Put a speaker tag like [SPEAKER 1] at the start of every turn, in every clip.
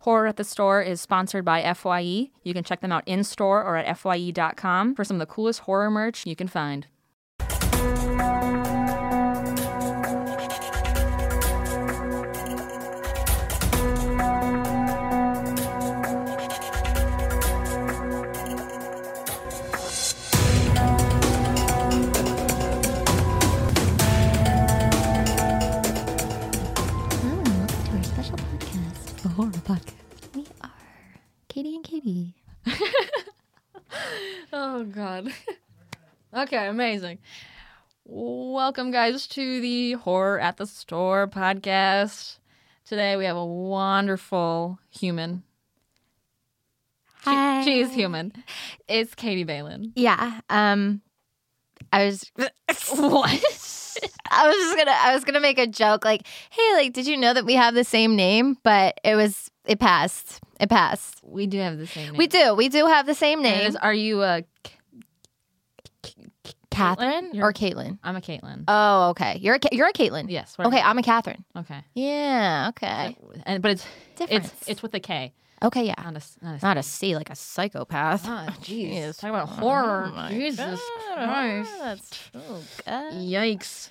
[SPEAKER 1] Horror at the Store is sponsored by FYE. You can check them out in store or at FYE.com for some of the coolest horror merch you can find.
[SPEAKER 2] Hello, and welcome to our special podcast, the horror podcast. We are Katie and Katie.
[SPEAKER 1] Oh god. okay, amazing. Welcome guys to the Horror at the Store podcast. Today we have a wonderful human. She, she is human. It's Katie Balin.
[SPEAKER 2] Yeah. Um, I was,
[SPEAKER 1] what?
[SPEAKER 2] I was just gonna, I was gonna make a joke, like, hey, like, did you know that we have the same name? But it was, it passed. It passed.
[SPEAKER 1] We do have the same name.
[SPEAKER 2] We do. We do have the same
[SPEAKER 1] And it
[SPEAKER 2] name.
[SPEAKER 1] is- are you a
[SPEAKER 2] Catherine
[SPEAKER 1] You're-
[SPEAKER 2] or Caitlin?
[SPEAKER 1] I'm a Caitlin.
[SPEAKER 2] Oh, okay. You're a Ca- you're a Caitlin.
[SPEAKER 1] yes. we're-
[SPEAKER 2] Okay, I'm a Catherine.
[SPEAKER 1] Okay.
[SPEAKER 2] Yeah. Okay.
[SPEAKER 1] And but it's
[SPEAKER 2] Difference.
[SPEAKER 1] it's it's with a K,
[SPEAKER 2] Okay. Yeah.
[SPEAKER 1] not a s- not a
[SPEAKER 2] Not a C, like a psychopath.
[SPEAKER 1] Ah, jeez.
[SPEAKER 2] Jeez. Oh
[SPEAKER 1] Talk about horror.
[SPEAKER 2] my
[SPEAKER 1] Jesus
[SPEAKER 2] God,
[SPEAKER 1] Christ.
[SPEAKER 2] horror, that's true. God.
[SPEAKER 1] Yikes.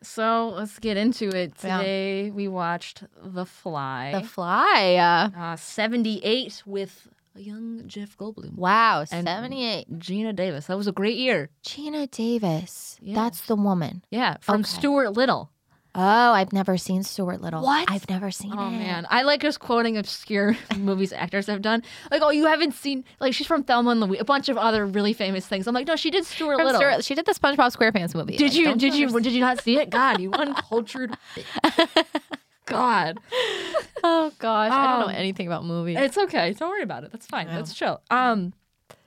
[SPEAKER 1] So let's get into it.
[SPEAKER 2] Yeah.
[SPEAKER 1] Today we watched The Fly,
[SPEAKER 2] The Fly. Uh,
[SPEAKER 1] uh, 78 with young Jeff Goldblum.
[SPEAKER 2] wow,
[SPEAKER 1] And-
[SPEAKER 2] 78.
[SPEAKER 1] Gina Davis. That was a great year.
[SPEAKER 2] Gina Davis.
[SPEAKER 1] Yeah.
[SPEAKER 2] That's the woman.
[SPEAKER 1] Yeah, from
[SPEAKER 2] Okay.
[SPEAKER 1] Stuart Little.
[SPEAKER 2] Oh, I've never seen Stuart Little.
[SPEAKER 1] What?
[SPEAKER 2] I've never seen
[SPEAKER 1] Oh
[SPEAKER 2] it.
[SPEAKER 1] man, I like just quoting obscure movies actors have done. Like, oh, you haven't seen like she's from Thelma and Louise, a bunch of other really famous things. I'm like, no, she did Stuart
[SPEAKER 2] From
[SPEAKER 1] Little.
[SPEAKER 2] Stuart- she did the SpongeBob SquarePants movie.
[SPEAKER 1] Did
[SPEAKER 2] Like,
[SPEAKER 1] you
[SPEAKER 2] don't
[SPEAKER 1] did you
[SPEAKER 2] understand-
[SPEAKER 1] did you not see it? God, you uncultured. bitch. God,
[SPEAKER 2] Oh gosh, I don't
[SPEAKER 1] Um,
[SPEAKER 2] know anything about movies.
[SPEAKER 1] it's okay. Don't worry about it. That's fine. That's chill. Um,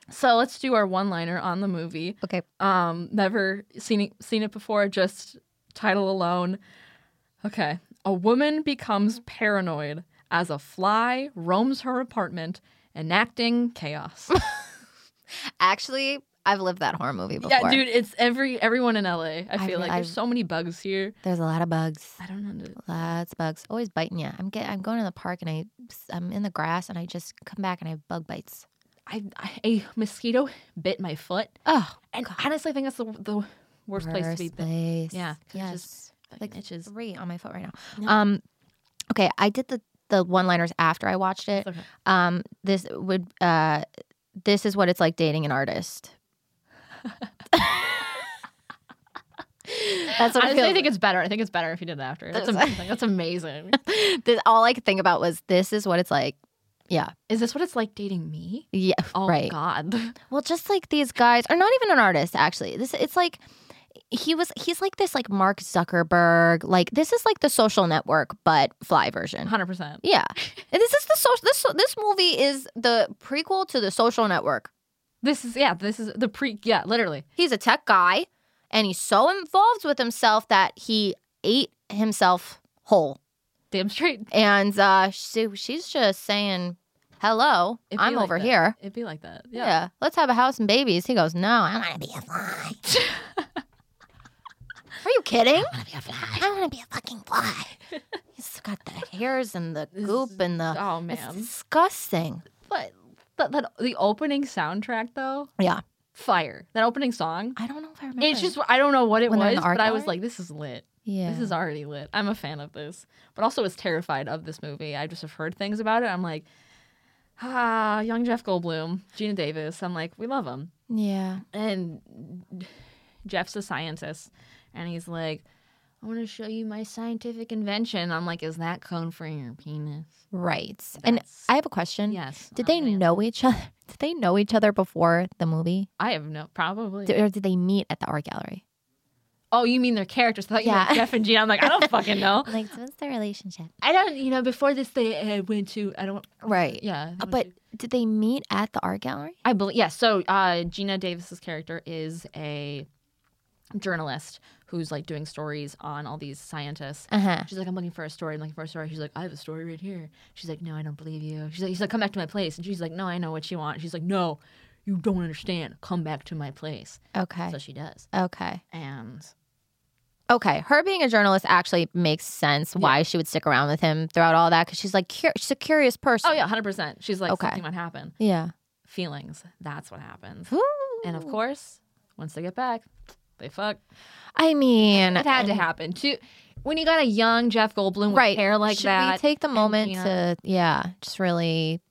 [SPEAKER 1] so let's do our one liner on the movie.
[SPEAKER 2] okay.
[SPEAKER 1] Um, never seen it, seen it before. Just title alone. Okay, a woman becomes paranoid as a fly roams her apartment, enacting chaos.
[SPEAKER 2] Actually, I've lived that horror movie before.
[SPEAKER 1] yeah, dude, it's every everyone in LA. I feel
[SPEAKER 2] feel-
[SPEAKER 1] like
[SPEAKER 2] I've-
[SPEAKER 1] there's so many bugs here.
[SPEAKER 2] There's a lot of bugs.
[SPEAKER 1] I don't know.
[SPEAKER 2] Lots of bugs. Always biting you. I'm get, I'm going to the park and I I'm in the grass and I just come back and I have bug bites.
[SPEAKER 1] I, I a mosquito bit my foot.
[SPEAKER 2] Oh,
[SPEAKER 1] And honestly, I think that's the, the worst place to be.
[SPEAKER 2] Worst place.
[SPEAKER 1] Yeah, 'cause it
[SPEAKER 2] Yes.
[SPEAKER 1] just,
[SPEAKER 2] like
[SPEAKER 1] like itches.
[SPEAKER 2] three on my foot right now.
[SPEAKER 1] No.
[SPEAKER 2] Um, okay, I did the the one liners after I watched it.
[SPEAKER 1] Okay.
[SPEAKER 2] Um, this would uh, this is what it's like dating an artist. That's what I,
[SPEAKER 1] Honestly, I
[SPEAKER 2] feel.
[SPEAKER 1] think it's better. I think it's better if you did it after. That's
[SPEAKER 2] That's-
[SPEAKER 1] amazing. That's amazing.
[SPEAKER 2] This, all I could think about was this is what it's like. Yeah,
[SPEAKER 1] Is this what it's like dating me?
[SPEAKER 2] yeah,
[SPEAKER 1] Oh
[SPEAKER 2] right.
[SPEAKER 1] God.
[SPEAKER 2] Well, just like these guys are not even an artist. Actually, this it's like he was. He's like this, like Mark Zuckerberg. Like this is like the Social Network, but fly version.
[SPEAKER 1] Hundred percent.
[SPEAKER 2] Yeah, And this is the social. This this movie is the prequel to the Social Network.
[SPEAKER 1] This is yeah. This is the pre. Yeah, literally.
[SPEAKER 2] He's a tech guy, and he's so involved with himself that he ate himself whole.
[SPEAKER 1] Damn straight.
[SPEAKER 2] And uh, she, she's just saying, "Hello,
[SPEAKER 1] It'd be
[SPEAKER 2] I'm
[SPEAKER 1] like
[SPEAKER 2] over
[SPEAKER 1] that.
[SPEAKER 2] here.
[SPEAKER 1] It'd be like that.
[SPEAKER 2] Yeah.
[SPEAKER 1] Yeah.
[SPEAKER 2] let's have a house and babies." He goes, "No, I want to be a fly." Are you kidding? I want to be a fly. I want to be a fucking fly. he's got the hairs and the
[SPEAKER 1] This
[SPEAKER 2] goop
[SPEAKER 1] is-
[SPEAKER 2] and the.
[SPEAKER 1] Oh
[SPEAKER 2] It's
[SPEAKER 1] man.
[SPEAKER 2] disgusting.
[SPEAKER 1] But that, that the opening soundtrack though.
[SPEAKER 2] Yeah.
[SPEAKER 1] Fire. That opening song.
[SPEAKER 2] I don't know if I remember.
[SPEAKER 1] It's just I don't know what it
[SPEAKER 2] When they're in
[SPEAKER 1] was,
[SPEAKER 2] the art
[SPEAKER 1] but I was
[SPEAKER 2] gallery?
[SPEAKER 1] like, this is lit.
[SPEAKER 2] Yeah.
[SPEAKER 1] This is already lit. I'm a fan of this, but also was terrified of this movie. I just have heard things about it. I'm like, ah, young Jeff Goldblum, Gina Davis. I'm like, we love him.
[SPEAKER 2] yeah.
[SPEAKER 1] And Jeff's a scientist, and he's like, I want to show you my scientific invention. I'm like, is that cone for your penis?
[SPEAKER 2] Right. and
[SPEAKER 1] That's-
[SPEAKER 2] I have a question.
[SPEAKER 1] Yes.
[SPEAKER 2] Did
[SPEAKER 1] I'm
[SPEAKER 2] they
[SPEAKER 1] gonna answer.
[SPEAKER 2] know each other? Did they know each other before the movie?
[SPEAKER 1] I have no, probably.
[SPEAKER 2] Did, or did they meet at the art gallery?
[SPEAKER 1] oh, you mean their characters? I thought you
[SPEAKER 2] Yeah.
[SPEAKER 1] meant Jeff and Gina. I'm like, I don't fucking know.
[SPEAKER 2] Like, what's their relationship?
[SPEAKER 1] I don't, you know, before this, they uh, went to, I don't,
[SPEAKER 2] Right.
[SPEAKER 1] yeah. they
[SPEAKER 2] Uh,
[SPEAKER 1] went
[SPEAKER 2] But
[SPEAKER 1] to-
[SPEAKER 2] did they meet at the art gallery?
[SPEAKER 1] I believe yeah. So uh, Gina Davis's character is a journalist who's like doing stories on all these scientists.
[SPEAKER 2] Uh huh.
[SPEAKER 1] She's like, I'm looking for a story. I'm looking for a story. She's like, I have a story right here. She's like, No, I don't believe you. She's like, She's like, Come back to my place. And she's like, No, I know what you want. She's like, No, you don't understand. Come back to my place.
[SPEAKER 2] Okay.
[SPEAKER 1] So she does,
[SPEAKER 2] Okay.
[SPEAKER 1] and
[SPEAKER 2] Okay, her being a journalist actually makes sense why she would stick around with him throughout all that because she's like cur- she's a curious person.
[SPEAKER 1] Oh yeah, hundred percent. She's like
[SPEAKER 2] Okay.
[SPEAKER 1] something might happen.
[SPEAKER 2] yeah.
[SPEAKER 1] Feelings. That's what happens.
[SPEAKER 2] Ooh.
[SPEAKER 1] And of course, once they get back, they fuck.
[SPEAKER 2] I mean,
[SPEAKER 1] It had to happen. Too when you got a young Jeff Goldblum with
[SPEAKER 2] right
[SPEAKER 1] hair like
[SPEAKER 2] Should
[SPEAKER 1] that.
[SPEAKER 2] We take the moment
[SPEAKER 1] yeah.
[SPEAKER 2] to yeah, just really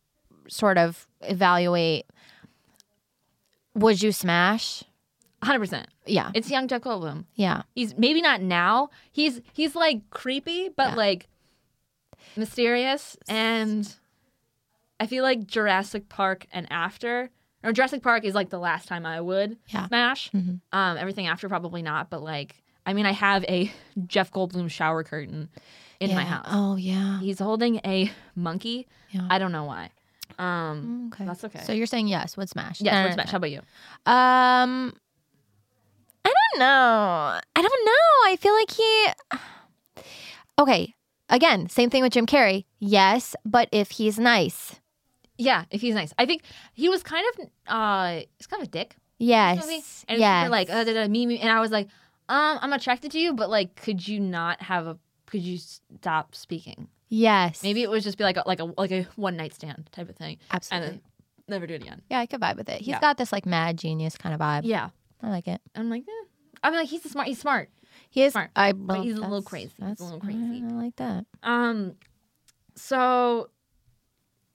[SPEAKER 2] sort of evaluate. Would you smash?
[SPEAKER 1] hundred percent.
[SPEAKER 2] Yeah,
[SPEAKER 1] It's young Jeff Goldblum.
[SPEAKER 2] yeah.
[SPEAKER 1] He's maybe not now. He's he's like creepy, but
[SPEAKER 2] Yeah.
[SPEAKER 1] like mysterious. And I feel like Jurassic Park and after, or Jurassic Park is like the last time I would
[SPEAKER 2] Yeah. Mm-hmm.
[SPEAKER 1] smash. Um, everything after probably not, but like I mean, I have a Jeff Goldblum shower curtain in my
[SPEAKER 2] Yeah.
[SPEAKER 1] house.
[SPEAKER 2] Oh yeah.
[SPEAKER 1] He's holding a monkey.
[SPEAKER 2] Yeah. Mm.
[SPEAKER 1] I don't know why. Um,
[SPEAKER 2] Okay.
[SPEAKER 1] That's okay.
[SPEAKER 2] So you're saying yes would smash?
[SPEAKER 1] yes,
[SPEAKER 2] No, no,
[SPEAKER 1] let's
[SPEAKER 2] no,
[SPEAKER 1] smash. How about you?
[SPEAKER 2] Um, I don't know. I don't know. I feel like he. Okay, again, same thing with Jim Carrey. Yes, but if he's nice,
[SPEAKER 1] Yeah, if he's nice, I think he was kind of uh, he's kind of a dick. movie,
[SPEAKER 2] yes,
[SPEAKER 1] And
[SPEAKER 2] yes,
[SPEAKER 1] people were like, uh, da, da, me, me. And I was like, um, I'm attracted to you, but like, could you not have a, could you stop speaking?
[SPEAKER 2] yes,
[SPEAKER 1] Maybe it would just be like a, like a, like a one night stand type of thing. And
[SPEAKER 2] absolutely.
[SPEAKER 1] then never do it again.
[SPEAKER 2] yeah, I could vibe with it. He's
[SPEAKER 1] Yeah.
[SPEAKER 2] got this like mad genius kind of vibe.
[SPEAKER 1] Yeah.
[SPEAKER 2] I like it.
[SPEAKER 1] I'm like, eh. I'm like, he's a smart, he's smart.
[SPEAKER 2] He is.
[SPEAKER 1] Smart.
[SPEAKER 2] I
[SPEAKER 1] But
[SPEAKER 2] well,
[SPEAKER 1] he's a little
[SPEAKER 2] that's-
[SPEAKER 1] crazy. He's a
[SPEAKER 2] That's,
[SPEAKER 1] little crazy.
[SPEAKER 2] I, I like that.
[SPEAKER 1] Um, so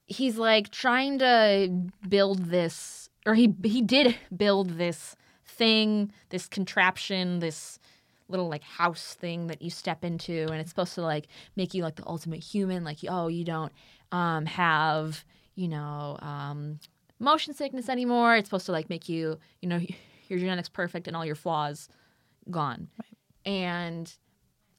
[SPEAKER 1] he's like trying to build this, or he he did build this thing, this contraption, this little like house thing that you step into, and it's supposed to like make you like the ultimate human. Like, oh, you don't um, have you know um, motion sickness anymore. It's supposed to like make you you know your genetics perfect and all your flaws gone. And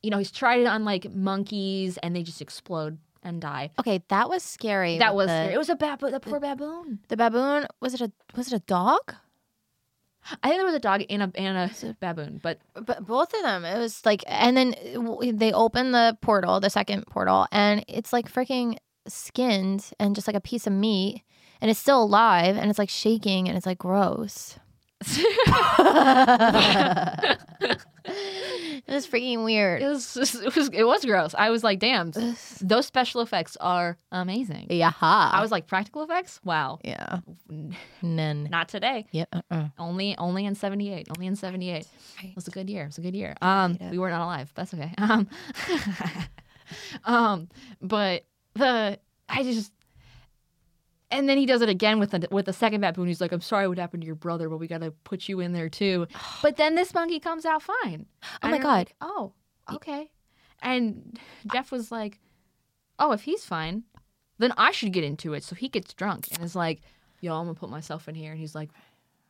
[SPEAKER 1] you know, he's tried it on like monkeys and they just explode and die.
[SPEAKER 2] Okay, that was scary.
[SPEAKER 1] That
[SPEAKER 2] with
[SPEAKER 1] was
[SPEAKER 2] the,
[SPEAKER 1] it was a baboon, the poor baboon.
[SPEAKER 2] the baboon. Was it a was it a dog?
[SPEAKER 1] I think there was a dog and a and a baboon, but
[SPEAKER 2] but both of them it was like and then uh, w- they open the portal the second portal and it's like freaking skinned and just like a piece of meat and it's still alive and it's like shaking and it's like gross it was freaking
[SPEAKER 1] it
[SPEAKER 2] weird
[SPEAKER 1] was, it was it was gross. I was like, damn, those special effects are amazing.
[SPEAKER 2] yeah
[SPEAKER 1] I was like, practical effects? Wow,
[SPEAKER 2] yeah and then
[SPEAKER 1] not today.
[SPEAKER 2] yeah uh-uh.
[SPEAKER 1] Only only in seventy eight. Only in seventy eight.
[SPEAKER 2] Right.
[SPEAKER 1] It was a good year. It was a good year. Um,
[SPEAKER 2] it.
[SPEAKER 1] we were not alive. That's okay. Um, um, but the I just. And then he does it again with the, with the second baboon. He's like, "I'm sorry, what happened to your brother, but we got to put you in there too." But then this monkey comes out fine.
[SPEAKER 2] Oh
[SPEAKER 1] And
[SPEAKER 2] my
[SPEAKER 1] I'm
[SPEAKER 2] God.
[SPEAKER 1] like, oh, okay. And Jeff was like, "Oh, if he's fine, then I should get into it." So he gets drunk and is like, "Yo, I'm gonna put myself in here." And he's like,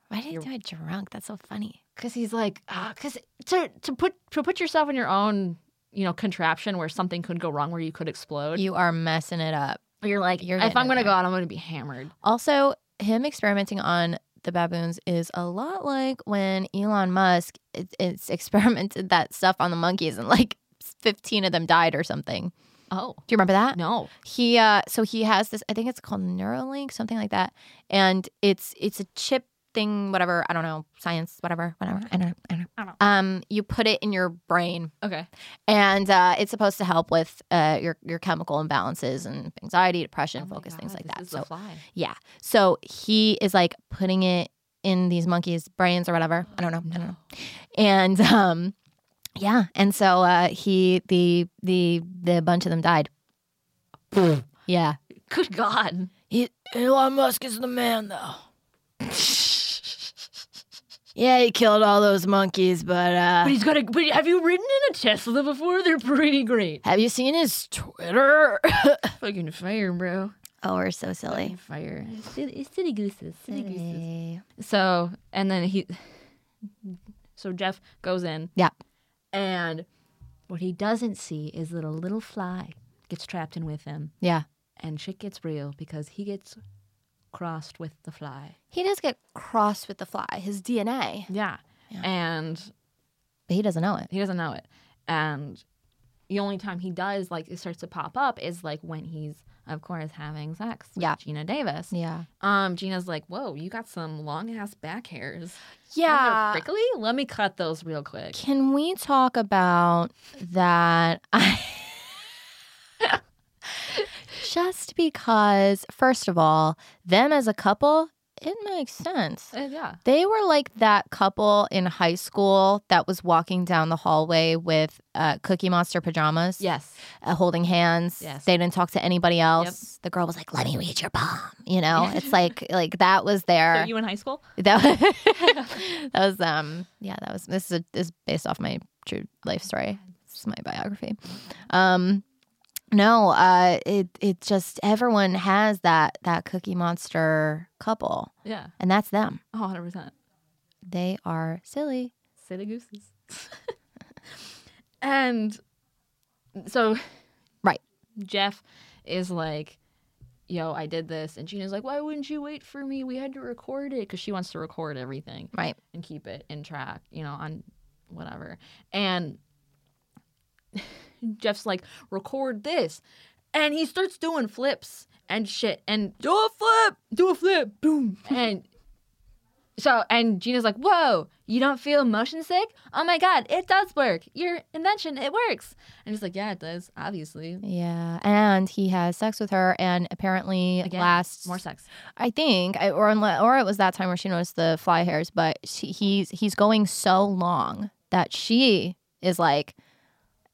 [SPEAKER 2] why did you do it drunk that's so funny
[SPEAKER 1] because he's like because to to put to put yourself in your own you know contraption where something could go wrong where you could explode
[SPEAKER 2] you are messing it up
[SPEAKER 1] you're like
[SPEAKER 2] you're
[SPEAKER 1] if
[SPEAKER 2] getting
[SPEAKER 1] i'm
[SPEAKER 2] in
[SPEAKER 1] gonna go
[SPEAKER 2] there.
[SPEAKER 1] out i'm gonna be hammered
[SPEAKER 2] Also, him experimenting on the baboons is a lot like when Elon Musk it, it's experimented that stuff on the monkeys and like 15 of them died or something.
[SPEAKER 1] oh
[SPEAKER 2] Do you remember that?
[SPEAKER 1] no
[SPEAKER 2] He uh so he has this I think it's called Neuralink something like that and it's it's a chip thing whatever, I don't know, science whatever, whatever. I don't know. I don't
[SPEAKER 1] I
[SPEAKER 2] know.
[SPEAKER 1] don't
[SPEAKER 2] Um you put it in your brain
[SPEAKER 1] okay
[SPEAKER 2] and uh, it's supposed to help with uh, your your chemical imbalances and anxiety, depression,
[SPEAKER 1] Oh my
[SPEAKER 2] focus, things
[SPEAKER 1] God, this
[SPEAKER 2] like that.
[SPEAKER 1] is
[SPEAKER 2] so
[SPEAKER 1] the fly.
[SPEAKER 2] yeah. So he is like putting it in these monkeys' brains or whatever. I don't know. I don't know. And um yeah, and so uh he the the the bunch of them died. yeah.
[SPEAKER 1] good god
[SPEAKER 2] He, Elon Musk is the man though. Yeah, he killed all those monkeys, but
[SPEAKER 1] but
[SPEAKER 2] uh
[SPEAKER 1] he's got a but have you ridden in a tesla before they're pretty great
[SPEAKER 2] have you seen his Twitter?
[SPEAKER 1] fucking fire bro
[SPEAKER 2] oh, we're so silly.
[SPEAKER 1] fire it's silly gooses silly gooses so and then he so jeff goes in
[SPEAKER 2] Yeah.
[SPEAKER 1] and what he doesn't see is that a little fly gets trapped in with him
[SPEAKER 2] Yeah.
[SPEAKER 1] and shit gets real because he gets crossed with the fly.
[SPEAKER 2] He does get crossed with the fly, his DNA.
[SPEAKER 1] Yeah. And
[SPEAKER 2] But he doesn't know it.
[SPEAKER 1] he doesn't know it. And the only time he does, like, it starts to pop up is like when he's of course, having sex with
[SPEAKER 2] Yeah.
[SPEAKER 1] Gina Davis.
[SPEAKER 2] Yeah.
[SPEAKER 1] Um, Gina's like, "Whoa, you got some long ass back hairs. And they're
[SPEAKER 2] Yeah.
[SPEAKER 1] prickly. Let me cut those real quick."
[SPEAKER 2] Can we talk about that? I just because, first of all, them as a couple, it makes sense.
[SPEAKER 1] Uh, yeah.
[SPEAKER 2] They were like that couple in high school that was walking down the hallway with uh, Cookie Monster pajamas,
[SPEAKER 1] Yes.
[SPEAKER 2] uh, holding hands.
[SPEAKER 1] Yes.
[SPEAKER 2] They didn't talk to anybody else. The girl was like, "Let me read your palm," you know. It's like like that was
[SPEAKER 1] So
[SPEAKER 2] their
[SPEAKER 1] you in high school?
[SPEAKER 2] that was, that was um yeah that was this is, this is based off my true life story. This is my biography. Um no, uh it it just everyone has that that Cookie Monster couple,
[SPEAKER 1] Yeah.
[SPEAKER 2] and that's them.
[SPEAKER 1] Oh, 100 percent.
[SPEAKER 2] They are silly.
[SPEAKER 1] Silly gooses. and so,
[SPEAKER 2] Right.
[SPEAKER 1] Jeff is like, "Yo, I did this," and Gina's like, "Why wouldn't you wait for me? We had to record it because she wants to record everything."
[SPEAKER 2] Right.
[SPEAKER 1] and keep it in track, you know, on whatever. And Jeff's like, record this. And he starts doing flips and shit and do a flip, do a flip, boom. And so, and Gina's like, whoa, you don't feel motion sick? Oh my God, it does work. Your invention, it works. And he's like, yeah, it does, obviously.
[SPEAKER 2] Yeah. And he has sex with her and apparently
[SPEAKER 1] Again,
[SPEAKER 2] lasts
[SPEAKER 1] More sex.
[SPEAKER 2] I think, I, or unle- or it was that time where she noticed the fly hairs, but she, he's he's going so long that she is like,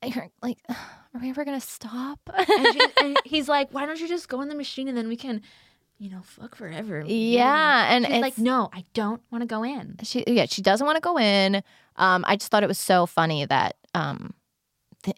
[SPEAKER 2] "You're- like, are we ever gonna stop?
[SPEAKER 1] And, she, and he's like, why don't you just go in the machine and then we can, you know, fuck forever.
[SPEAKER 2] yeah, and
[SPEAKER 1] She's
[SPEAKER 2] it's
[SPEAKER 1] like, no, I don't want to go in.
[SPEAKER 2] she yeah she doesn't want to go in. Um, I just thought it was so funny that um. th-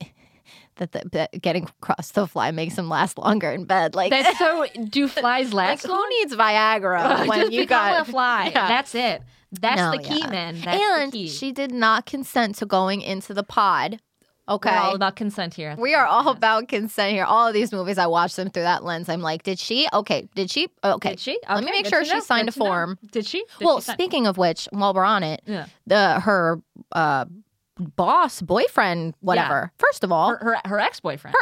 [SPEAKER 2] that, the, that getting across the fly makes him last longer in bed. Like,
[SPEAKER 1] That's so. Do flies
[SPEAKER 2] like
[SPEAKER 1] last
[SPEAKER 2] who needs Viagra when
[SPEAKER 1] Just
[SPEAKER 2] you
[SPEAKER 1] become
[SPEAKER 2] got
[SPEAKER 1] a fly.
[SPEAKER 2] Yeah.
[SPEAKER 1] That's it. That's
[SPEAKER 2] No,
[SPEAKER 1] the key,
[SPEAKER 2] yeah.
[SPEAKER 1] man. That's
[SPEAKER 2] and
[SPEAKER 1] the key.
[SPEAKER 2] she did not consent to going into the pod. Okay.
[SPEAKER 1] We're all about consent here.
[SPEAKER 2] We are all about consent here. All of these movies, I watch them through that lens. I'm like, did she? Okay, did she? Okay.
[SPEAKER 1] Did she?
[SPEAKER 2] Let me
[SPEAKER 1] Okay,
[SPEAKER 2] make
[SPEAKER 1] good
[SPEAKER 2] sure
[SPEAKER 1] to
[SPEAKER 2] she
[SPEAKER 1] know,
[SPEAKER 2] signed
[SPEAKER 1] good to
[SPEAKER 2] a
[SPEAKER 1] know.
[SPEAKER 2] form.
[SPEAKER 1] Did she? Did
[SPEAKER 2] well,
[SPEAKER 1] she sign-
[SPEAKER 2] speaking of which, while we're on it,
[SPEAKER 1] yeah.
[SPEAKER 2] the her uh, boss boyfriend, whatever. First of all,
[SPEAKER 1] her,
[SPEAKER 2] her,
[SPEAKER 1] her, her ex boyfriend.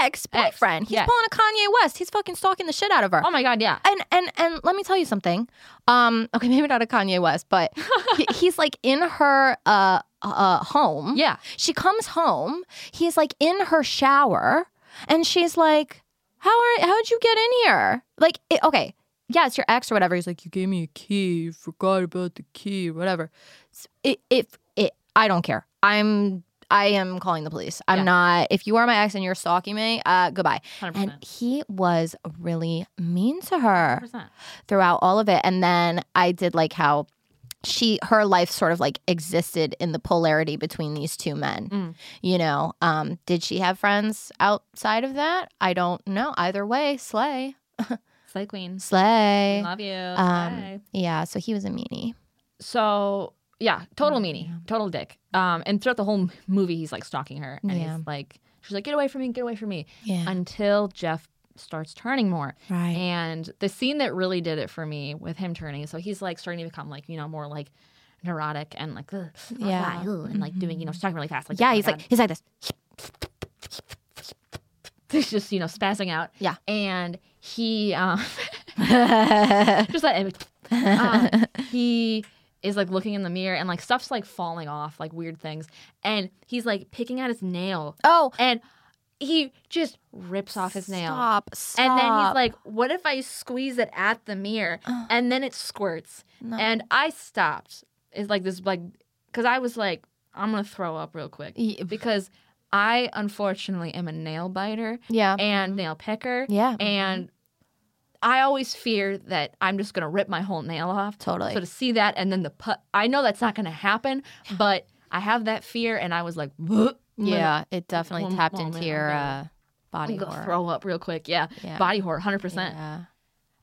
[SPEAKER 2] ex boyfriend. He's
[SPEAKER 1] yeah.
[SPEAKER 2] pulling a Kanye West. He's fucking stalking the shit out of her.
[SPEAKER 1] Oh my god, yeah.
[SPEAKER 2] And and and let me tell you something. Um, okay, maybe not a Kanye West, but he- he's like in her uh uh home.
[SPEAKER 1] Yeah.
[SPEAKER 2] She comes home. He's like in her shower, and she's like, "How are? How'd you get in here? Like, it, okay, yeah, it's your ex or whatever." He's like, "You gave me a key. Forgot about the key. Whatever." It's- It, it, it. I don't care. I'm. I am calling the police. I'm
[SPEAKER 1] Yeah.
[SPEAKER 2] not. If you are my ex and you're stalking me, uh, goodbye.
[SPEAKER 1] 100%.
[SPEAKER 2] And he was really mean to her
[SPEAKER 1] 100%.
[SPEAKER 2] throughout all of it. And then I did like how she her life sort of like existed in the polarity between these two men.
[SPEAKER 1] Mm.
[SPEAKER 2] You know, um, did she have friends outside of that? I don't know. Either way, slay,
[SPEAKER 1] Slay queen.
[SPEAKER 2] slay.
[SPEAKER 1] Love you. Bye.
[SPEAKER 2] Um, yeah. So he was a meanie.
[SPEAKER 1] So Mm, yeah, total meanie, total dick. Um, and throughout the whole m- movie, he's like stalking her, and
[SPEAKER 2] Yeah.
[SPEAKER 1] he's like, she's like, get away from me, get away from me,
[SPEAKER 2] Yeah.
[SPEAKER 1] until Jeff starts turning more.
[SPEAKER 2] Right.
[SPEAKER 1] And the scene that really did it for me with him turning, so he's like starting to become like, you know, more like neurotic and like, ugh, oh,
[SPEAKER 2] Yeah. Mm-hmm.
[SPEAKER 1] yeah, and like doing, you know, he's talking really fast. Like,
[SPEAKER 2] yeah.
[SPEAKER 1] oh my
[SPEAKER 2] He's like
[SPEAKER 1] God.
[SPEAKER 2] he's like this.
[SPEAKER 1] he's just, you know, spazzing out.
[SPEAKER 2] Yeah.
[SPEAKER 1] And he, um, just that image. Um, he is like looking in the mirror and like stuff's like falling off, like weird things. And he's like picking out his nail
[SPEAKER 2] oh,
[SPEAKER 1] and he just rips off his nail.
[SPEAKER 2] Stop. Stop.
[SPEAKER 1] And then he's like, "What if I squeeze it at the mirror?" And then it squirts.
[SPEAKER 2] No.
[SPEAKER 1] And I stopped. It's like this, like, because I was like, "I'm gonna throw up real quick,"
[SPEAKER 2] Y-
[SPEAKER 1] because I unfortunately am a nail biter
[SPEAKER 2] yeah.
[SPEAKER 1] and nail picker.
[SPEAKER 2] Yeah.
[SPEAKER 1] And I always fear that I'm just gonna rip my whole nail off.
[SPEAKER 2] Totally.
[SPEAKER 1] So to see that, and then the put, I know that's not gonna happen, but I have that fear, and I was like, "Bleh."
[SPEAKER 2] yeah. It definitely
[SPEAKER 1] One
[SPEAKER 2] tapped
[SPEAKER 1] moment,
[SPEAKER 2] into your
[SPEAKER 1] I'm
[SPEAKER 2] uh, body
[SPEAKER 1] I'm gonna
[SPEAKER 2] horror.
[SPEAKER 1] throw up real quick. Yeah.
[SPEAKER 2] Yeah.
[SPEAKER 1] Body horror, 100%.
[SPEAKER 2] Yeah.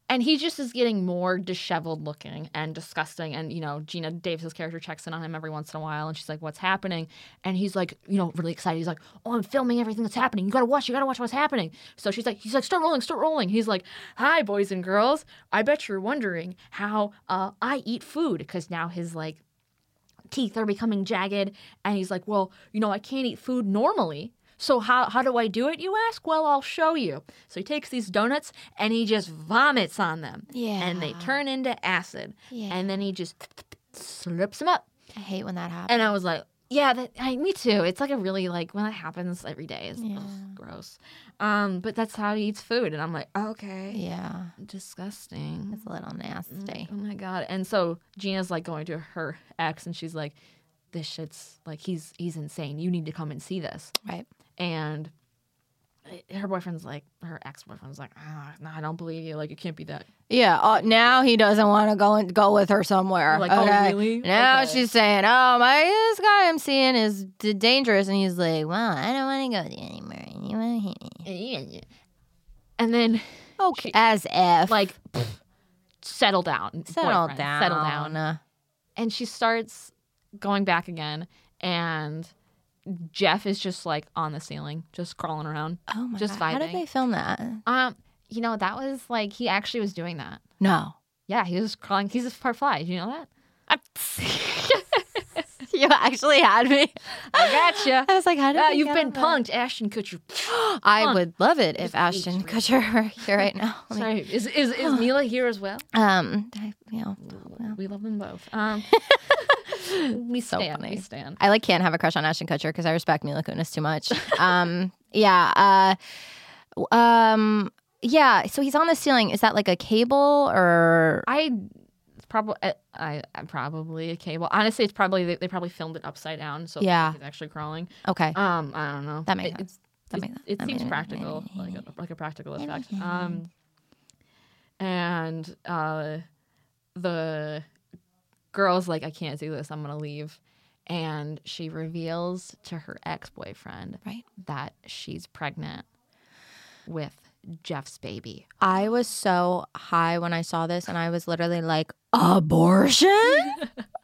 [SPEAKER 1] And he just is getting more disheveled looking and disgusting. And, you know, Gina Davis's character checks in on him every once in a while and she's like, What's happening? And he's like, you know, really excited. He's like, Oh, I'm filming everything that's happening. You gotta watch, you gotta watch what's happening. So she's like, he's like, start rolling, start rolling. He's like, Hi, boys and girls. I bet you're wondering how uh, I eat food, because now his like teeth are becoming jagged and he's like, Well, you know, I can't eat food normally. So how how do I do it? You ask. Well, I'll show you. So he takes these donuts and he just vomits on them. And they
[SPEAKER 2] Yeah.
[SPEAKER 1] turn into acid.
[SPEAKER 2] Yeah.
[SPEAKER 1] And then he just slips them up.
[SPEAKER 2] I hate when that happens.
[SPEAKER 1] And I was like, yeah, that, I, me too. It's like a really like when that happens every day is
[SPEAKER 2] Yeah.
[SPEAKER 1] gross. Um, but that's how he eats food, and I'm like, okay,
[SPEAKER 2] Yeah,
[SPEAKER 1] disgusting.
[SPEAKER 2] it's a little nasty.
[SPEAKER 1] Oh my god. And so Gina's like going to her ex, and she's like, this shit's like he's he's insane. You need to come and see this.
[SPEAKER 2] Right.
[SPEAKER 1] And eh, her boyfriend's like, her ex boyfriend's like, oh, no, I don't believe you. Like you can't be that.
[SPEAKER 2] Yeah. Uh, now he doesn't want to go and go with her somewhere.
[SPEAKER 1] Like, oh,
[SPEAKER 2] okay?
[SPEAKER 1] really?
[SPEAKER 2] Now
[SPEAKER 1] Okay.
[SPEAKER 2] she's saying, "Oh my, this guy I'm seeing is d- dangerous," and he's like, "Well, I don't want to go with you anymore. You want to
[SPEAKER 1] And then
[SPEAKER 2] Okay. As if
[SPEAKER 1] like. pfft, Settle down.
[SPEAKER 2] settle
[SPEAKER 1] boyfriend,
[SPEAKER 2] down.
[SPEAKER 1] Settle down. and she starts going back again and jeff is just like on the ceiling just crawling around
[SPEAKER 2] Oh my
[SPEAKER 1] Just
[SPEAKER 2] god! How
[SPEAKER 1] vibing.
[SPEAKER 2] did they film that?
[SPEAKER 1] um you know that was like he actually was doing that
[SPEAKER 2] No.
[SPEAKER 1] yeah he was crawling he's a part fly Did you know that
[SPEAKER 2] you actually had me.
[SPEAKER 1] i gotcha
[SPEAKER 2] I was like, "How did
[SPEAKER 1] Ah,
[SPEAKER 2] they
[SPEAKER 1] you've
[SPEAKER 2] get
[SPEAKER 1] been
[SPEAKER 2] that?
[SPEAKER 1] punked ashton kutcher
[SPEAKER 2] I
[SPEAKER 1] Huh.
[SPEAKER 2] would love it if Ashton Kutcher were here right now. Let me-
[SPEAKER 1] sorry is, is is mila here as well
[SPEAKER 2] Um, I, you know,
[SPEAKER 1] we love them both um we stand
[SPEAKER 2] funny.
[SPEAKER 1] we stand
[SPEAKER 2] I like can't have a crush on Ashton Kutcher because I respect Mila Kunis too much. um, yeah. Uh, um, yeah. So he's on the ceiling. Is that like a cable or?
[SPEAKER 1] i probably I, I probably a cable honestly it's probably they, they probably filmed it upside down so
[SPEAKER 2] Yeah.
[SPEAKER 1] he's actually crawling
[SPEAKER 2] Okay,
[SPEAKER 1] Um, I don't know.
[SPEAKER 2] That makes
[SPEAKER 1] it,
[SPEAKER 2] sense.
[SPEAKER 1] it's-
[SPEAKER 2] That
[SPEAKER 1] it-
[SPEAKER 2] makes-
[SPEAKER 1] It,
[SPEAKER 2] that
[SPEAKER 1] seems
[SPEAKER 2] makes-
[SPEAKER 1] practical, like uh, a, like a practical effect. Um, and uh, the girl's like, I can't do this. I'm gonna leave. And she reveals to her ex boyfriend
[SPEAKER 2] right.
[SPEAKER 1] that she's pregnant with Jeff's baby.
[SPEAKER 2] I was so high when I saw this, and I was literally like, abortion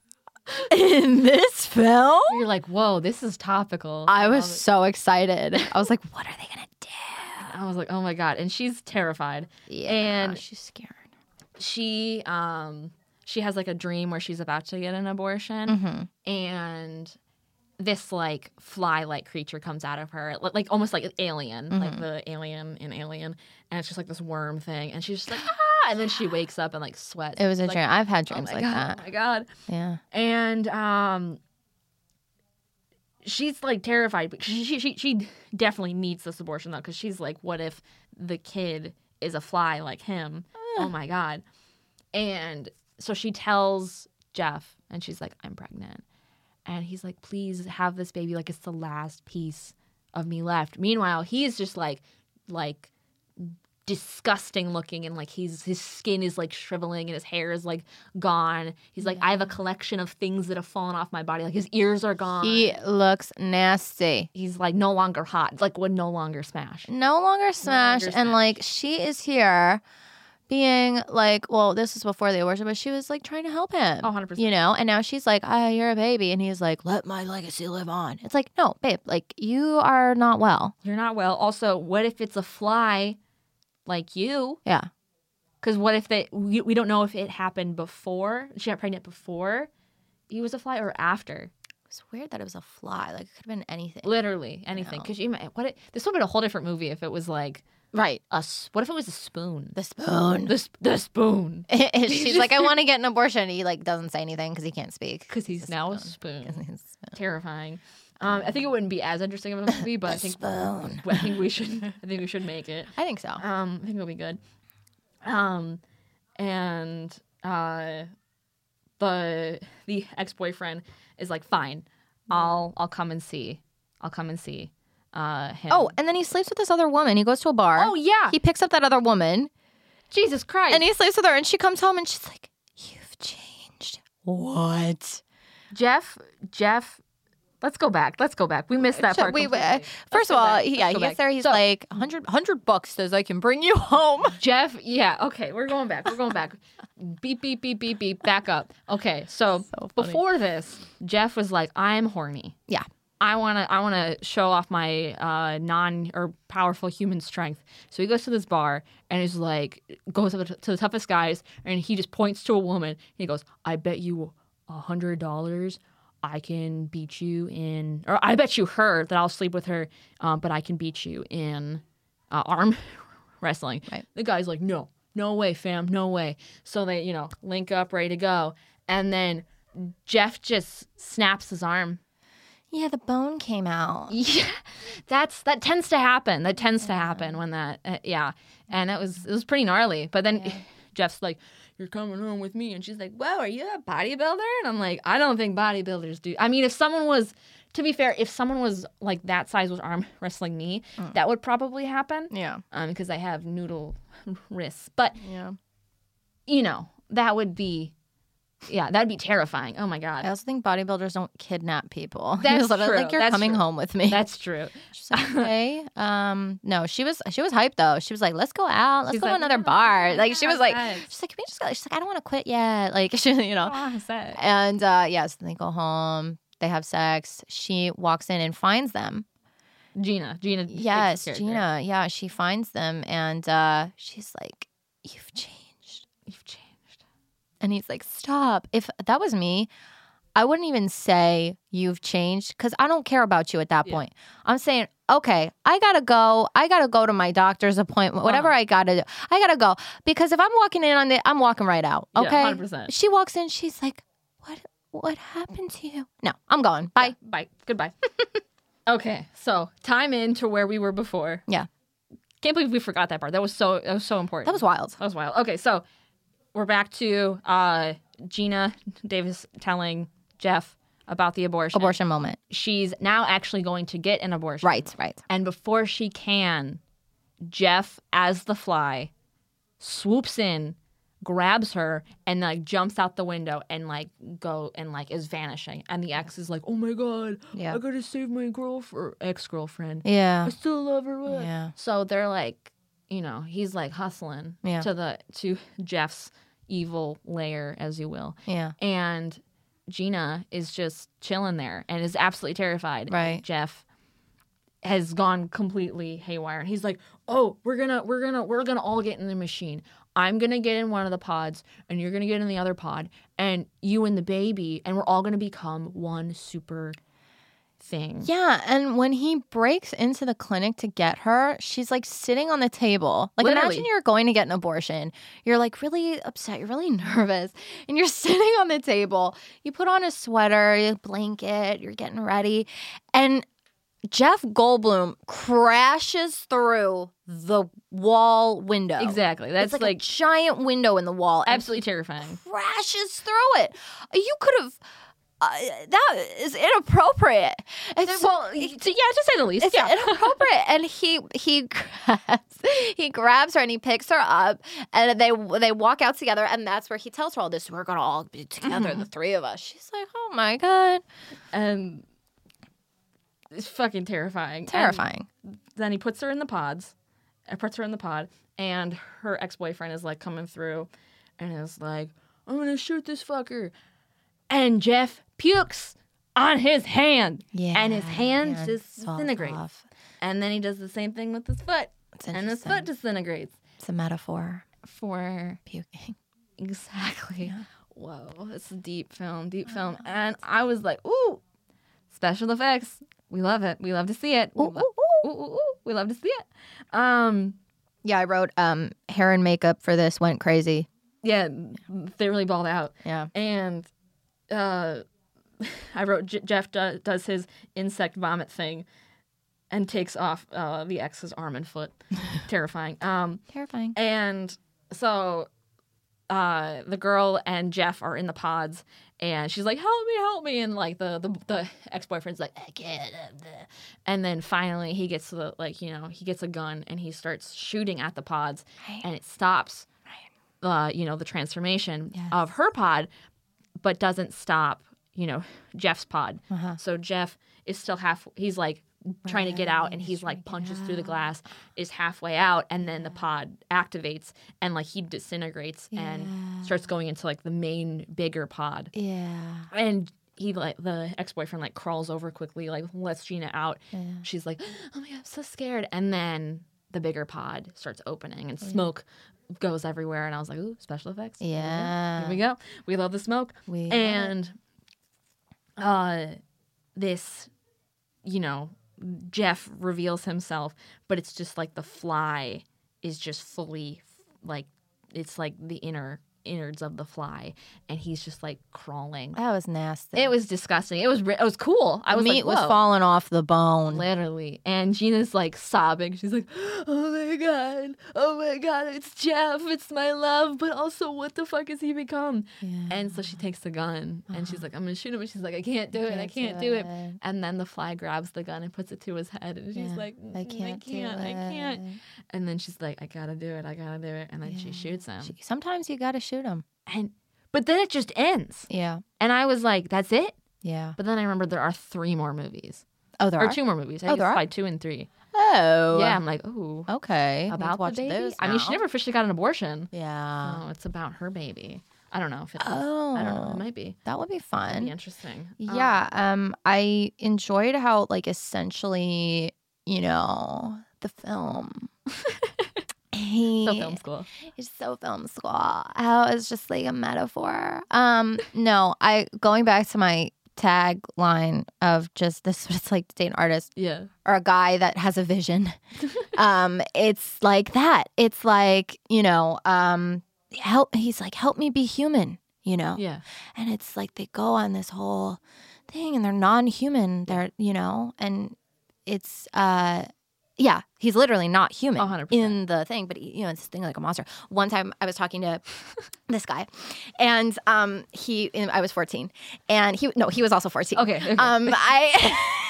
[SPEAKER 2] in this film.
[SPEAKER 1] You're like, whoa, this is topical. Um,
[SPEAKER 2] I was so excited. I was like, what are they gonna do?
[SPEAKER 1] I was like, oh my god. And she's terrified.
[SPEAKER 2] Yeah,
[SPEAKER 1] And-
[SPEAKER 2] Oh, she's scared.
[SPEAKER 1] she um she has like a dream where she's about to get an abortion
[SPEAKER 2] Mm-hmm.
[SPEAKER 1] and this like fly like creature comes out of her li- like almost like an alien like
[SPEAKER 2] Mm-hmm.
[SPEAKER 1] the alien in alien and it's just like this worm thing and she's just like ah and then she wakes up and like sweats
[SPEAKER 2] It was a
[SPEAKER 1] She's like,
[SPEAKER 2] dream. I've had
[SPEAKER 1] oh
[SPEAKER 2] dreams
[SPEAKER 1] my
[SPEAKER 2] like
[SPEAKER 1] god
[SPEAKER 2] that.
[SPEAKER 1] oh my god
[SPEAKER 2] Yeah.
[SPEAKER 1] and um she's like terrified but she she, she, she definitely needs this abortion though because she's like what if the kid is a fly like him oh my god and so she tells jeff and she's like i'm pregnant and he's like please have this baby like it's the last piece of me left meanwhile he's just like like disgusting looking and like he's his skin is like shriveling and his hair is like gone. He's like, I have a collection of things that have fallen off my body. Like his ears are gone.
[SPEAKER 2] He looks nasty.
[SPEAKER 1] he's like no longer hot. Like would no longer smash.
[SPEAKER 2] no longer smash and
[SPEAKER 1] smash.
[SPEAKER 2] like she is here being like well this was before the abortion but she was like trying to help him
[SPEAKER 1] Oh, 100%.
[SPEAKER 2] you know and now she's like ah you're a baby and he's like let my legacy live on it's like no babe like you are not well
[SPEAKER 1] You're not well. Also, what if it's a fly like you?
[SPEAKER 2] yeah
[SPEAKER 1] Because what if they we, we don't know if it happened before she got pregnant before he was a fly or after.
[SPEAKER 2] it's weird that it was a fly like it could have been anything
[SPEAKER 1] Literally anything. Because you might- what it, this would have been a whole different movie if it was like
[SPEAKER 2] right
[SPEAKER 1] a s- what if it was a spoon?
[SPEAKER 2] the spoon
[SPEAKER 1] The, sp- the spoon.
[SPEAKER 2] she's like i want to get an abortion he like doesn't say anything because he can't speak
[SPEAKER 1] Because he's
[SPEAKER 2] a
[SPEAKER 1] now a spoon. terrifying. Um, I think it wouldldn't be as interesting of a movie, but I think
[SPEAKER 2] spoon
[SPEAKER 1] I think we should I think we should make it.
[SPEAKER 2] i think so
[SPEAKER 1] Um, I think it'll be good. Um, and uh, the the ex boyfriend is like, fine, I'll I'll come and see, I'll come and see, uh, him.
[SPEAKER 2] oh and then he sleeps with this other woman he goes to a bar
[SPEAKER 1] oh yeah,
[SPEAKER 2] he picks up that other woman
[SPEAKER 1] Jesus Christ,
[SPEAKER 2] And he sleeps with her, and she comes home and she's like, You've changed. What?
[SPEAKER 1] Jeff Jeff. Let's go back. Let's go back. We missed that
[SPEAKER 2] So
[SPEAKER 1] part.
[SPEAKER 2] we, uh,
[SPEAKER 1] completely.
[SPEAKER 2] first of
[SPEAKER 1] go
[SPEAKER 2] all,
[SPEAKER 1] back.
[SPEAKER 2] he-
[SPEAKER 1] Let's
[SPEAKER 2] yeah,
[SPEAKER 1] go
[SPEAKER 2] he
[SPEAKER 1] back.
[SPEAKER 2] gets there. He's
[SPEAKER 1] So-
[SPEAKER 2] like, 100, 100 bucks says I can bring you home.
[SPEAKER 1] Jeff, yeah, okay, we're going back. We're going back. beep, beep, beep, beep, beep, back up. Okay, so,
[SPEAKER 2] funny.
[SPEAKER 1] before this, Jeff was like, I'm horny.
[SPEAKER 2] Yeah.
[SPEAKER 1] I wanna I wanna show off my uh, non or powerful human strength. So he goes to this bar and is like goes up to the toughest guys and he just points to a woman and he goes, I bet you a hundred dollars I can beat you in, or I bet you her that I'll sleep with her, um, but I can beat you in uh, arm wrestling.
[SPEAKER 2] Right.
[SPEAKER 1] The guy's like, no, no way, fam, no way. So they, you know, link up, ready to go. And then Jeff just snaps his arm.
[SPEAKER 2] Yeah, the bone came out.
[SPEAKER 1] Yeah, that's that tends to happen. That tends to happen when that, uh, yeah. And it was it was pretty gnarly. But then Jeff's like, "You're coming home with me," and she's like, "Well, are you a bodybuilder?" And I'm like, "I don't think bodybuilders do." I mean, if someone was, to be fair, if someone was like that size was arm wrestling me, that would probably happen.
[SPEAKER 2] Yeah.
[SPEAKER 1] Um, because I have noodle wrists. But
[SPEAKER 2] Yeah.
[SPEAKER 1] you know, that would be, yeah, that'd be terrifying. Oh my
[SPEAKER 2] I
[SPEAKER 1] god,
[SPEAKER 2] also think bodybuilders don't kidnap people. He
[SPEAKER 1] That's
[SPEAKER 2] was literally
[SPEAKER 1] true.
[SPEAKER 2] Like you're
[SPEAKER 1] That's
[SPEAKER 2] coming
[SPEAKER 1] true.
[SPEAKER 2] home with me.
[SPEAKER 1] that's true.
[SPEAKER 2] She's like, okay. um, no, she was she was hyped though. She was like, let's go out. Let's
[SPEAKER 1] She's
[SPEAKER 2] go to
[SPEAKER 1] like,
[SPEAKER 2] another
[SPEAKER 1] "Yeah,
[SPEAKER 2] bar. Like she
[SPEAKER 1] yeah,
[SPEAKER 2] was like,
[SPEAKER 1] yes.
[SPEAKER 2] she's like, can we just go? She's like, I don't want to quit yet. Like she, you know.
[SPEAKER 1] Oh, sad.
[SPEAKER 2] And uh, yeah, so they go home. They have sex. She walks in and finds them.
[SPEAKER 1] Gina, Gina. takes the
[SPEAKER 2] Yes,
[SPEAKER 1] character.
[SPEAKER 2] Gina. Yeah, she finds them and uh, she's like, you've changed.
[SPEAKER 1] You've changed.
[SPEAKER 2] And he's like, stop. If that was me, I wouldn't even say you've changed because I don't care about you at that
[SPEAKER 1] Yeah.
[SPEAKER 2] point. I'm saying, okay, I gotta go. I gotta go to my doctor's appointment, whatever
[SPEAKER 1] Uh-huh.
[SPEAKER 2] I gotta do. I gotta go because if I'm walking in on the, I'm walking right out.
[SPEAKER 1] Yeah,
[SPEAKER 2] Okay.
[SPEAKER 1] 100%.
[SPEAKER 2] She walks in, she's like, what? What happened to you? No, I'm going. Bye.
[SPEAKER 1] Bye. Goodbye. okay, so time in to where we were before.
[SPEAKER 2] Yeah.
[SPEAKER 1] Can't believe we forgot that part. That was so that was so important.
[SPEAKER 2] That was wild.
[SPEAKER 1] that was wild. Okay, so we're back to uh, Gina Davis telling Jeff about the abortion.
[SPEAKER 2] Abortion moment.
[SPEAKER 1] She's now actually going to get an abortion.
[SPEAKER 2] Right. Right.
[SPEAKER 1] And before she can, Jeff, as the fly, swoops in, grabs her, and like jumps out the window and like go and like is vanishing. And the ex is like, "Oh my god,
[SPEAKER 2] Yeah.
[SPEAKER 1] I gotta save my girlfriend, ex girlfriend.
[SPEAKER 2] Yeah.
[SPEAKER 1] I still love her." blah."
[SPEAKER 2] Yeah.
[SPEAKER 1] So they're like, you know, he's like hustling
[SPEAKER 2] Yeah.
[SPEAKER 1] to the to Jeff's evil lair, as you will,
[SPEAKER 2] Yeah.
[SPEAKER 1] and. Gina is just chilling there and is absolutely terrified. And
[SPEAKER 2] Right.
[SPEAKER 1] Jeff has gone completely haywire and he's like oh we're gonna we're gonna we're gonna all get in the machine i'm gonna get in one of the pods and you're gonna get in the other pod and you and the baby and we're all gonna become one super thing
[SPEAKER 2] Yeah, and when he breaks into the clinic to get her, she's like sitting on the table. Like
[SPEAKER 1] Literally.
[SPEAKER 2] imagine you're going to get an abortion. You're like really upset, you're really nervous, and you're sitting on the table. You put on a sweater, a blanket, you're getting ready, and Jeff Goldblum crashes through the wall window.
[SPEAKER 1] exactly that's
[SPEAKER 2] It's like,
[SPEAKER 1] like,
[SPEAKER 2] a giant window in the wall. and
[SPEAKER 1] absolutely terrifying
[SPEAKER 2] crashes through it. You could have. Uh, that is inappropriate. It's so-
[SPEAKER 1] well yeah to say the least
[SPEAKER 2] it's
[SPEAKER 1] yeah
[SPEAKER 2] inappropriate. And he he grabs he grabs her and he picks her up and they they walk out together and that's where he tells her all this. We're gonna all be together, the three of us. She's like, oh my god,
[SPEAKER 1] and Um, it's fucking terrifying And
[SPEAKER 2] terrifying.
[SPEAKER 1] then he puts her in the pods, uh, puts her in the pod, and her ex boyfriend is like coming through, and is like, "I'm gonna shoot this fucker," and Jeff pukes on his hand, and his hand
[SPEAKER 2] yeah,
[SPEAKER 1] just
[SPEAKER 2] it's all
[SPEAKER 1] disintegrates,
[SPEAKER 2] off.
[SPEAKER 1] and then he does the same thing with his foot,
[SPEAKER 2] It's
[SPEAKER 1] and his
[SPEAKER 2] interesting.
[SPEAKER 1] foot disintegrates.
[SPEAKER 2] It's a metaphor.
[SPEAKER 1] For
[SPEAKER 2] Puking.
[SPEAKER 1] exactly, whoa, it's a deep film, deep film, and I was like, "Ooh, special effects, we love it, we love to see it, we, lo- ooh, ooh, ooh, we love to see it." Um.
[SPEAKER 2] Yeah, I wrote um hair and makeup for this went crazy.
[SPEAKER 1] yeah, they really balled out.
[SPEAKER 2] Yeah.
[SPEAKER 1] And uh, I wrote J- Jeff do- does his insect vomit thing and takes off uh, the ex's arm and foot. Terrifying. Um,
[SPEAKER 2] Terrifying.
[SPEAKER 1] and so uh, the girl and Jeff are in the pods, and she's like, "Help me, help me!" And like the the, the ex boyfriend's like, "I can't." uh, bleh." And then finally, he gets to the like you know he gets a gun and he starts shooting at the pods, and it stops. Uh, you know the transformation of her pod, but doesn't stop. You know Jeff's pod.
[SPEAKER 2] Uh-huh.
[SPEAKER 1] So Jeff is still half. He's like trying to get out, and he's like punches through the glass, is halfway out, and then the pod activates, and like he disintegrates and starts going into like the main bigger pod,
[SPEAKER 2] Yeah.
[SPEAKER 1] and he like the ex boyfriend like crawls over quickly, like lets Gina out. She's like, oh my god, I'm so scared, and then the bigger pod starts opening,
[SPEAKER 2] Oh,
[SPEAKER 1] and smoke goes everywhere, and I was like, ooh, special effects.
[SPEAKER 2] Yeah.
[SPEAKER 1] Here we go. We love the smoke.
[SPEAKER 2] We-
[SPEAKER 1] and uh, this, you know, Jeff reveals himself, but it's just like the fly is just fully like it's like the inner innards of the fly, and he's just like crawling.
[SPEAKER 2] That was nasty.
[SPEAKER 1] It was disgusting. It was ri- it was cool. I
[SPEAKER 2] the
[SPEAKER 1] was
[SPEAKER 2] meat
[SPEAKER 1] like,
[SPEAKER 2] was
[SPEAKER 1] "Whoa."
[SPEAKER 2] falling off the bone.
[SPEAKER 1] Literally. And Gina's like sobbing. She's like, oh my God. Oh my God. It's Jeff. It's my love. But also, what the fuck has he become? And so she takes the gun and she's like, I'm going to shoot him. And she's like, I can't do it. I can't do it. And then the fly grabs the gun and puts it to his head. And she's
[SPEAKER 2] Yeah.
[SPEAKER 1] like, "Mm, I can't. I
[SPEAKER 2] do
[SPEAKER 1] can't.
[SPEAKER 2] it.
[SPEAKER 1] And then she's like, I got to do it. I got to do it. And then she shoots him.
[SPEAKER 2] She- Sometimes you gotta shoot him.
[SPEAKER 1] and, but then it just ends.
[SPEAKER 2] Yeah,
[SPEAKER 1] And I was like, that's it.
[SPEAKER 2] yeah.
[SPEAKER 1] But then I remembered there are three more movies
[SPEAKER 2] Oh, there
[SPEAKER 1] or
[SPEAKER 2] are.
[SPEAKER 1] two more movies. I
[SPEAKER 2] Oh,
[SPEAKER 1] think
[SPEAKER 2] there
[SPEAKER 1] it's
[SPEAKER 2] are?
[SPEAKER 1] probably two and three.
[SPEAKER 2] Oh,
[SPEAKER 1] Yeah. I'm like, ooh.
[SPEAKER 2] Okay. Let's
[SPEAKER 1] about
[SPEAKER 2] watch
[SPEAKER 1] the baby.
[SPEAKER 2] those
[SPEAKER 1] I mean, she
[SPEAKER 2] now.
[SPEAKER 1] never officially got an abortion.
[SPEAKER 2] Yeah.
[SPEAKER 1] Oh, it's about her baby. I don't know if it's.
[SPEAKER 2] Oh,
[SPEAKER 1] I don't know. It might be.
[SPEAKER 2] that would be
[SPEAKER 1] It'd
[SPEAKER 2] fun.
[SPEAKER 1] be interesting. Um,
[SPEAKER 2] Yeah. Um, I enjoyed how like essentially, you know, the film. he,
[SPEAKER 1] so film school.
[SPEAKER 2] It's so film school. How it's just like a metaphor. Um, no, I going back to my tagline of just this is what it's like to date an artist
[SPEAKER 1] Yeah.
[SPEAKER 2] or a guy that has a vision. um, it's like that. It's like, you know, um, help he's like, help me be human, you know?
[SPEAKER 1] Yeah.
[SPEAKER 2] And it's like they go on this whole thing and they're non human. They're you know, and it's uh yeah, he's literally not human
[SPEAKER 1] A hundred percent.
[SPEAKER 2] in the thing, but he, you know, it's this thing like a monster. One time I was talking to this guy, and um, he and I was fourteen, and he no, he was also fourteen.
[SPEAKER 1] Okay. okay.
[SPEAKER 2] Um, I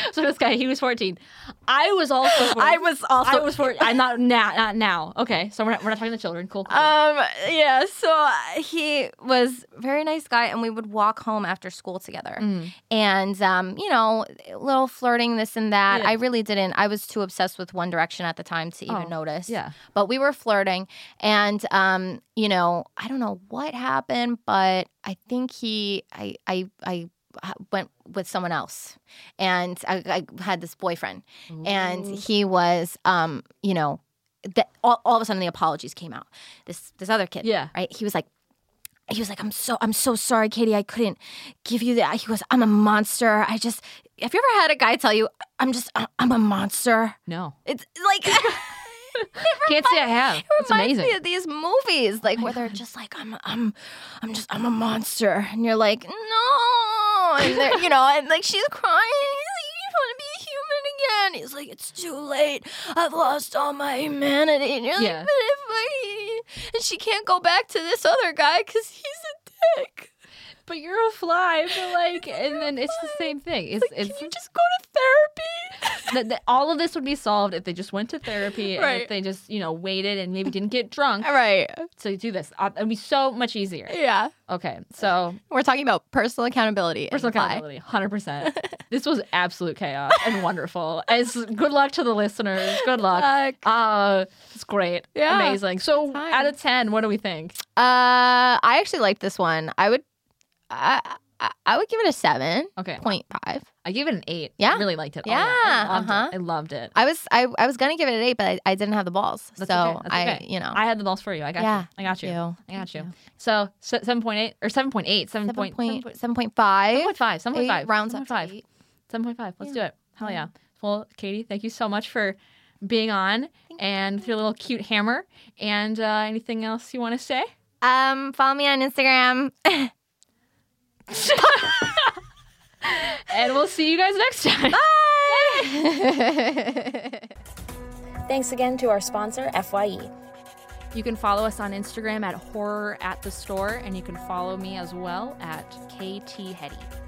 [SPEAKER 1] so this guy, he was 14. I was also. 14.
[SPEAKER 2] I was also
[SPEAKER 1] I was 14. I'm not now. Not now. Okay. So we're not, we're not talking to children. Cool. cool.
[SPEAKER 2] Um, yeah, so uh, he was a very nice guy and we would walk home after school together.
[SPEAKER 1] Mm-hmm. Mm,
[SPEAKER 2] And um, you know, a little flirting this and that.
[SPEAKER 1] Yeah.
[SPEAKER 2] I really didn't. I was too obsessed with One Direction at the time to even
[SPEAKER 1] Oh,
[SPEAKER 2] notice.
[SPEAKER 1] yeah.
[SPEAKER 2] But we were flirting and um, you know, I don't know what happened, but I think he I I I uh, went with someone else and I, I had this boyfriend and he was um you know that all, all of a sudden the apologies came out this this other kid
[SPEAKER 1] Yeah.
[SPEAKER 2] right he was like he was like i'm so i'm so sorry katie i couldn't give you that he goes i'm a monster i just have you ever had a guy tell you i'm just i'm a monster
[SPEAKER 1] no.
[SPEAKER 2] it's like
[SPEAKER 1] Can't say I have. It's
[SPEAKER 2] reminds
[SPEAKER 1] amazing.
[SPEAKER 2] me of these movies, like where they're just like, I'm, I'm, I'm just, I'm a monster, and you're like, no, and they're- you know, and like she's crying. He's like, you want to be a human again? He's like, it's too late. I've lost all my humanity, and you're
[SPEAKER 1] Yeah.
[SPEAKER 2] like, but if I, and she can't go back to this other guy because he's a dick.
[SPEAKER 1] But you're a fly. But like, and then it's the same thing. It's
[SPEAKER 2] Like,
[SPEAKER 1] it's
[SPEAKER 2] can you just go to therapy?
[SPEAKER 1] that, that all of this would be solved if they just went to therapy and
[SPEAKER 2] Right.
[SPEAKER 1] if they just you know waited and maybe didn't get drunk
[SPEAKER 2] all right,
[SPEAKER 1] to do this. Uh, It'd be so much easier.
[SPEAKER 2] yeah,
[SPEAKER 1] Okay, so
[SPEAKER 2] we're talking about personal accountability. and
[SPEAKER 1] personal
[SPEAKER 2] why.
[SPEAKER 1] accountability, hundred percent. This was absolute chaos and wonderful. As good luck to the listeners. Good luck.
[SPEAKER 2] Like,
[SPEAKER 1] Uh, it's great.
[SPEAKER 2] Yeah.
[SPEAKER 1] amazing. So
[SPEAKER 2] fine.
[SPEAKER 1] out of ten, what do we think?
[SPEAKER 2] Uh, I actually liked this one. I would, I, I, I would give it a seven
[SPEAKER 1] Okay,
[SPEAKER 2] point five.
[SPEAKER 1] I gave it an eight.
[SPEAKER 2] Yeah.
[SPEAKER 1] I really liked it.
[SPEAKER 2] Yeah,
[SPEAKER 1] oh, yeah.
[SPEAKER 2] uh-huh.
[SPEAKER 1] I loved it. I loved it.
[SPEAKER 2] I was, I, I was gonna give it an eight, but I, I didn't have the balls,
[SPEAKER 1] That's
[SPEAKER 2] so
[SPEAKER 1] okay. That's
[SPEAKER 2] I,
[SPEAKER 1] okay.
[SPEAKER 2] you know,
[SPEAKER 1] I had the balls for you. I got
[SPEAKER 2] Yeah,
[SPEAKER 1] you. I got you.
[SPEAKER 2] thank you.
[SPEAKER 1] I got you. So se- 7.8 or 7.8, 7.7.5.
[SPEAKER 2] Seven point seven point five.
[SPEAKER 1] 7.5. 7.5.
[SPEAKER 2] Eight rounds up to
[SPEAKER 1] 7.5.
[SPEAKER 2] eight.
[SPEAKER 1] 7.5. Let's do it. Hell yeah. Well, Katie, thank you so much for being on and with your little cute hammer. And uh, anything else you want to say?
[SPEAKER 2] Um, follow me on Instagram.
[SPEAKER 1] And we'll see you guys next time.
[SPEAKER 3] Thanks again to our sponsor, FYE.
[SPEAKER 1] You can follow us on Instagram at horror at the store, and you can follow me as well at KT Hetty.